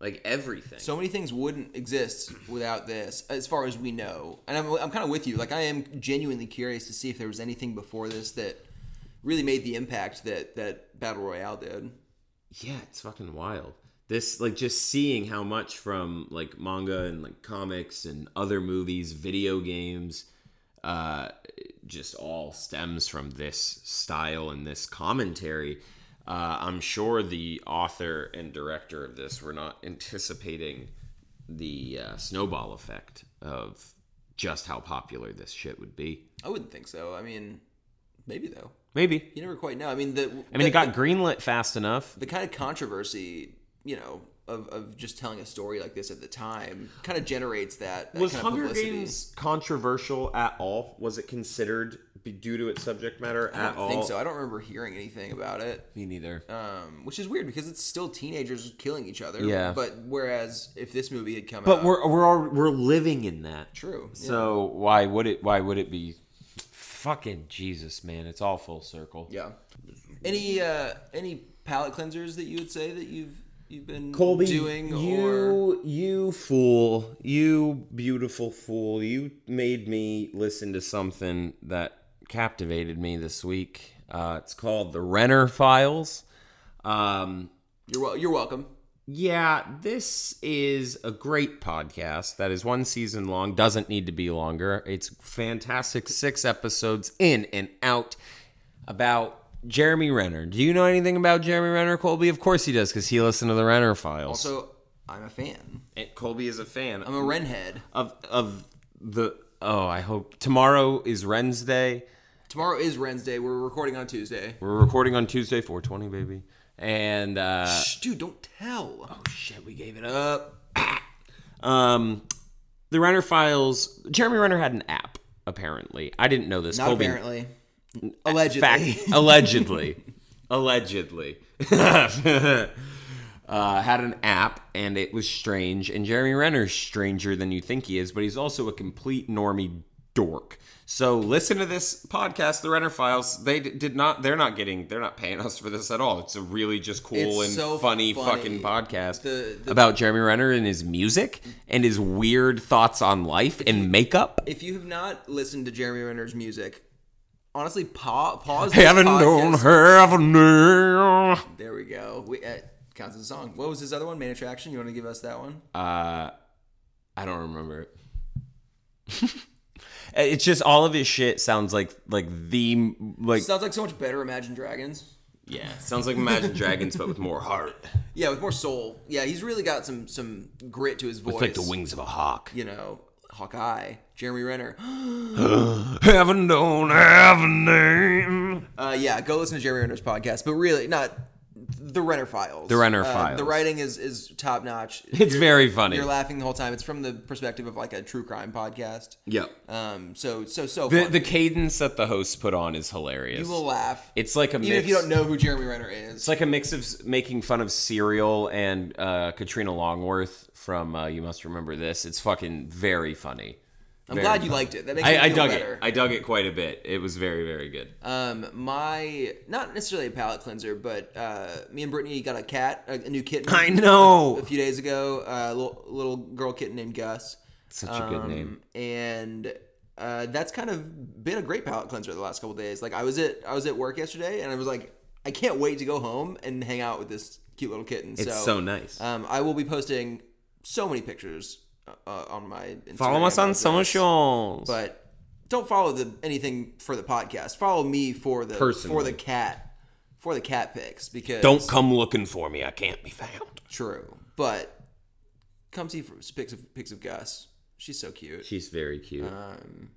S2: Like everything.
S1: so many things wouldn't exist without this as far as we know and i'm, I'm kind of with you like i am genuinely curious to see if there was anything before this that really made the impact that that battle royale did
S2: yeah, it's fucking wild. This like just seeing how much from like manga and like comics and other movies, video games, uh, just all stems from this style and this commentary. Uh, I'm sure the author and director of this were not anticipating the uh, snowball effect of just how popular this shit would be.
S1: I wouldn't think so. I mean, maybe though.
S2: Maybe.
S1: You never quite know. I mean, the
S2: I mean, it got greenlit fast enough.
S1: the kind of controversy, you know, of, of just telling a story like this at the time kind of generates that. that
S2: Was
S1: kind of
S2: Hunger
S1: publicity.
S2: Games controversial at all? Was it considered be- due to its subject matter
S1: I
S2: at
S1: don't
S2: all?
S1: think so. I don't remember hearing anything about it,
S3: Me neither.
S1: um, which is weird because it's still teenagers killing each other.
S2: Yeah.
S1: But whereas if this movie had come
S2: But
S1: out,
S2: we're we're all, we're living in that.
S1: true. Yeah.
S3: So why would it? Why would it be? Fucking Jesus, man! It's all full circle.
S1: yeah. Any uh, any palate cleansers that you would say that you've you've been
S2: Colby,
S1: doing or
S2: you you fool, you beautiful fool, you made me listen to something that captivated me this week. Uh, it's called the Renner Files. Um,
S1: you're wel- you're welcome.
S2: yeah, this is a great podcast that is one season long, doesn't need to be longer. It's fantastic. Six episodes in and out about Jeremy Renner. Do you know anything about Jeremy Renner, Colby? Of course he does, because he listened to the Renner Files.
S1: Also, I'm a fan.
S2: And Colby is a fan
S1: I'm a Ren head.
S2: of of the. Oh, I hope tomorrow is Ren's day.
S1: Tomorrow is Ren's day. We're recording on Tuesday.
S2: We're recording on Tuesday, 420, baby. And uh,
S1: Shh, dude, don't tell.
S2: oh shit, we gave it up. um, the Renner Files. Jeremy Renner had an app. Apparently, I didn't know this.
S1: Not
S2: Colby, uh,
S1: apparently. Allegedly.
S2: fact allegedly allegedly uh, had an app and it was strange and jeremy renner's stranger than you think he is but he's also a complete normie dork so listen to this podcast the renner files they d- did not they're not getting they're not paying us for this at all it's a really just cool
S1: It's
S2: and
S1: so
S2: funny,
S1: funny.
S2: fucking podcast
S1: The- the-
S2: about jeremy renner and his music and his weird thoughts on life and makeup
S1: If you have not listened to Jeremy Renner's music, honestly, pa- pause. this
S2: heaven don't
S1: podcast.
S2: have a name
S1: There we go. We uh, counts as a song. What was his other one? Man Attraction. You want to give us that one?
S2: I don't remember it. it's just all of his shit sounds like like the like
S1: Sounds like so much better. Imagine Dragons.
S2: yeah sounds like Imagine Dragons but with more heart,
S1: Yeah, with more soul. Yeah, he's really got some some grit to his voice.
S2: like the wings of a hawk.
S1: You know, Hawkeye, Jeremy Renner.
S2: Heaven don't have a name.
S1: Uh, yeah, go listen to Jeremy Renner's podcast. But really, not the Renner Files.
S2: The Renner
S1: Uh,
S2: Files.
S1: The writing is is top notch.
S2: It's very funny.
S1: You're laughing the whole time. It's from the perspective of like a true crime podcast.
S2: Yep.
S1: Um, so so so
S2: The
S1: fun.
S2: the cadence that the hosts put on is hilarious.
S1: you will laugh
S2: it's like a
S1: even
S2: mix.
S1: if you don't know who Jeremy Renner is.
S2: It's like a mix of s- making fun of Serial and uh, Katrina Longworth from uh, You Must Remember This. It's fucking very funny.
S1: I'm glad you liked it. That makes me
S2: I, I
S1: feel
S2: dug
S1: better.
S2: it. I dug it quite a bit. It was very very good.
S1: um, my not necessarily a palate cleanser, but uh, me and Brittany got a cat, a, a new kitten.
S2: I know.
S1: A few days ago, uh, a little, little girl kitten named Gus. Um,
S2: Such a good name.
S1: and uh, that's kind of been a great palate cleanser the last couple days. Like I was at I was at work yesterday, and I was like, I can't wait to go home and hang out with this cute little kitten.
S2: It's so, uh, nice.
S1: Um, I will be posting so many pictures uh, uh, on my Instagram
S2: Follow us on
S1: of this,
S2: socials.
S1: but don't follow the anything for the podcast. Follow me for the for
S2: Personally.
S1: the cat for the cat pics because
S2: Don't come looking for me. I can't be found.
S1: true, but come see for pics of pics of Gus. She's so cute.
S2: She's very cute. Um,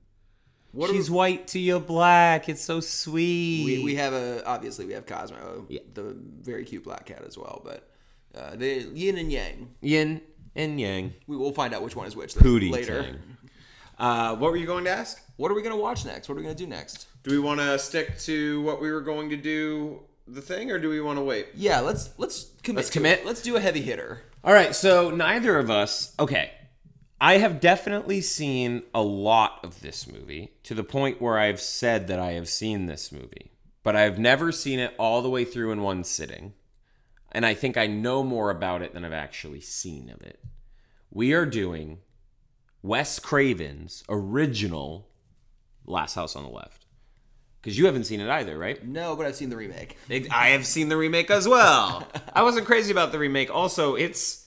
S1: What do we-
S2: white to you black. It's so sweet.
S1: we, we have a obviously we have Cosmo,
S2: Yeah.
S1: the very cute black cat as well, but uh, the yin and yang.
S2: Yin and yang.
S1: We will find out which one is which
S2: Pootie
S1: later.
S2: tang. Uh, what were you going to ask?
S1: What are we gonna watch next? What are we gonna do next?
S2: Do we want to stick to what we were going to do the thing, or do we want to wait?
S1: Yeah, let's let's commit.
S2: Let's
S1: to it.
S2: commit.
S1: Let's do a heavy hitter.
S2: All right. So neither of us. Okay. I have definitely seen a lot of this movie to the point where I've said that I have seen this movie, but I've never seen it all the way through in one sitting. And I think I know more about it than I've actually seen of it. We are doing Wes Craven's original Last House on the Left. Because you haven't seen it either, right?
S1: No, but I've seen the remake.
S2: Ex- I have seen the remake as well. I wasn't crazy about the remake. Also, it's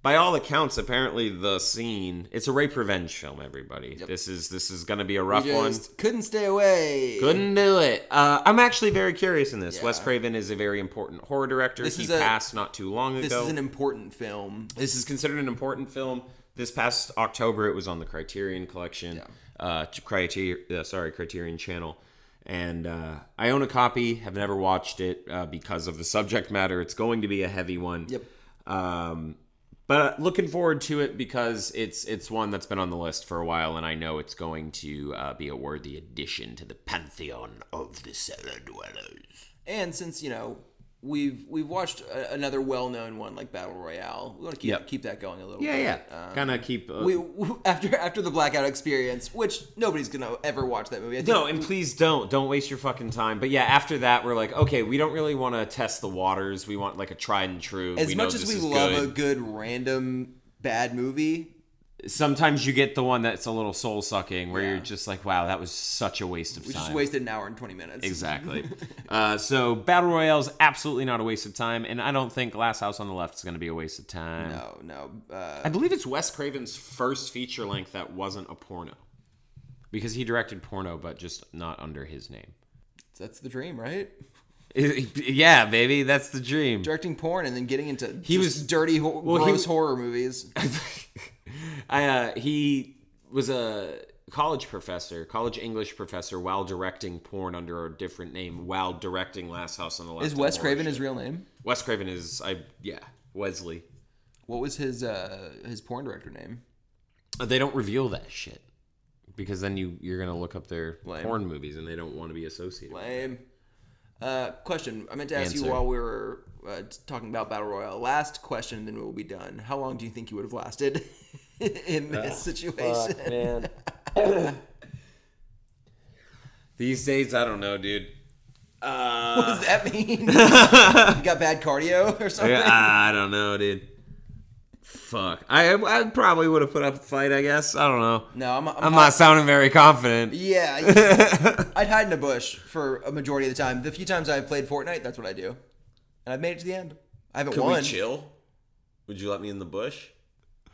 S2: by all accounts, apparently the scene it's a rape revenge film. Everybody, this is this is going to be a rough one.
S1: Just couldn't stay away.
S2: Couldn't do it. Uh, I'm actually very curious in this. Wes
S1: Yeah.
S2: Craven is a very important horror director.
S1: This
S2: he
S1: is a-
S2: passed not too long
S1: This
S2: ago.
S1: is an important film.
S2: this is considered an important film. This past October, it was on the Criterion Collection, uh, Criterion, uh, sorry, Criterion Channel, and uh, I own a copy. Have never watched it uh, because of the subject matter. It's going to be a heavy one.
S1: Yep.
S2: Um, but looking forward to it because it's it's one that's been on the list for a while, and I know it's going to uh, be a worthy addition to the pantheon of the cellar dwellers.
S1: And since you know we've we've watched a, another well-known one like Battle Royale, we want to keep
S2: Yep.
S1: keep that going a little.
S2: Yeah,
S1: bit.
S2: yeah. kind of keep. Uh,
S1: We, after after the blackout experience, which nobody's gonna ever watch that movie. I think
S2: No, and please don't. Don't waste your fucking time. But yeah, after that, we're like, okay, we don't really want to test the waters. We want like a tried and true.
S1: as
S2: we know
S1: much as
S2: this
S1: we
S2: is
S1: love
S2: good.
S1: a good random bad movie,
S2: sometimes you get the one that's a little soul sucking where you're just like, wow, that was such a waste of
S1: we just
S2: time.
S1: wasted an hour and twenty minutes.
S2: exactly. uh, so battle royale's absolutely not a waste of time, and I don't think Last House on the Left is going to be a waste of time.
S1: No, no.
S2: I
S1: Uh,
S2: believe it's Wes Craven's first feature length that wasn't a porno, because he directed porno, but just not under his name.
S1: that's the dream, right?
S2: yeah, baby, that's the dream.
S1: Directing porn and then getting into he
S2: was-
S1: was dirty, ho-
S2: he
S1: gross
S2: w-
S1: horror movies.
S2: I, uh, he was a college professor, college English professor, while directing porn under a different name, while directing Last House on the Left.
S1: Is
S2: and
S1: Wes
S2: horror
S1: Craven
S2: shit.
S1: his real name?
S2: Wes Craven is I yeah Wesley.
S1: What was his uh, his porn director name?
S2: Uh, They don't reveal that shit because then you you're gonna look up their
S1: Lame.
S2: porn movies and they don't want to be associated. with it.
S1: Lame. Um, Uh, question. I meant to ask you
S2: Answer.
S1: while we were uh, t- talking about Battle Royale. Last question, and then we'll be done. How long do you think you would have lasted in this situation?
S2: man. These days, I don't know, dude. Uh,
S1: What does that mean? you got bad cardio or something?
S2: Yeah, I don't know, dude. Fuck. I I probably would have put up a fight, I guess. I don't know.
S1: No, I'm, I'm,
S2: I'm
S1: hi-
S2: not sounding very confident.
S1: Yeah, I- I'd hide in a bush for a majority of the time. The few times I've played Fortnite, that's what I do, and I've made it to the end. I haven't won.
S2: chill? Would you let me in the bush?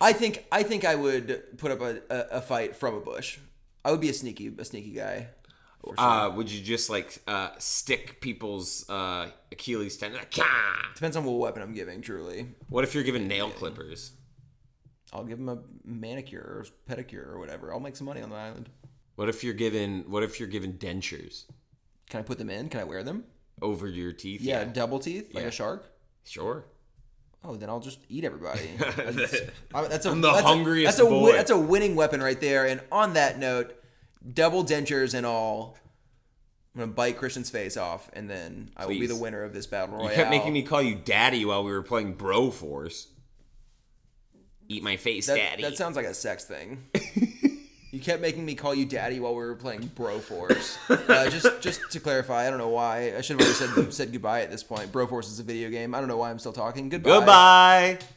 S1: I think I think I would put up a, a, a fight from a bush. I would be a sneaky a sneaky guy. for sure.
S2: Uh, would you just like uh, stick people's uh, Achilles tendon? Like, "Kah!"
S1: Depends on what weapon I'm giving. Truly,
S2: What if you're giving nail clippers?
S1: I'll give him a manicure or pedicure or whatever. I'll make some money on the island.
S2: What if you're giving What if you're giving dentures
S1: Can I put them in? Can I wear them?
S2: over your teeth?
S1: Yeah, double teeth like
S2: Yeah.
S1: a shark.
S2: sure.
S1: Oh, then I'll just eat everybody. That's, I- that's a,
S2: I'm the
S1: that's a-
S2: hungriest
S1: that's a, win-
S2: boy.
S1: that's a winning weapon right there. And on that note, double dentures and all. I'm gonna bite Christian's face off, and then I will be
S2: Please.
S1: the winner of this battle royale.
S2: You kept making me call you daddy while we were playing Bro Force. Eat my face,
S1: That,
S2: daddy.
S1: that sounds like a sex thing. you kept making me call you daddy while we were playing Bro Force. uh, just just to clarify, I don't know why. I should have already said said goodbye at this point. Bro Force is a video game. I don't know why I'm still talking. Goodbye.
S2: Goodbye.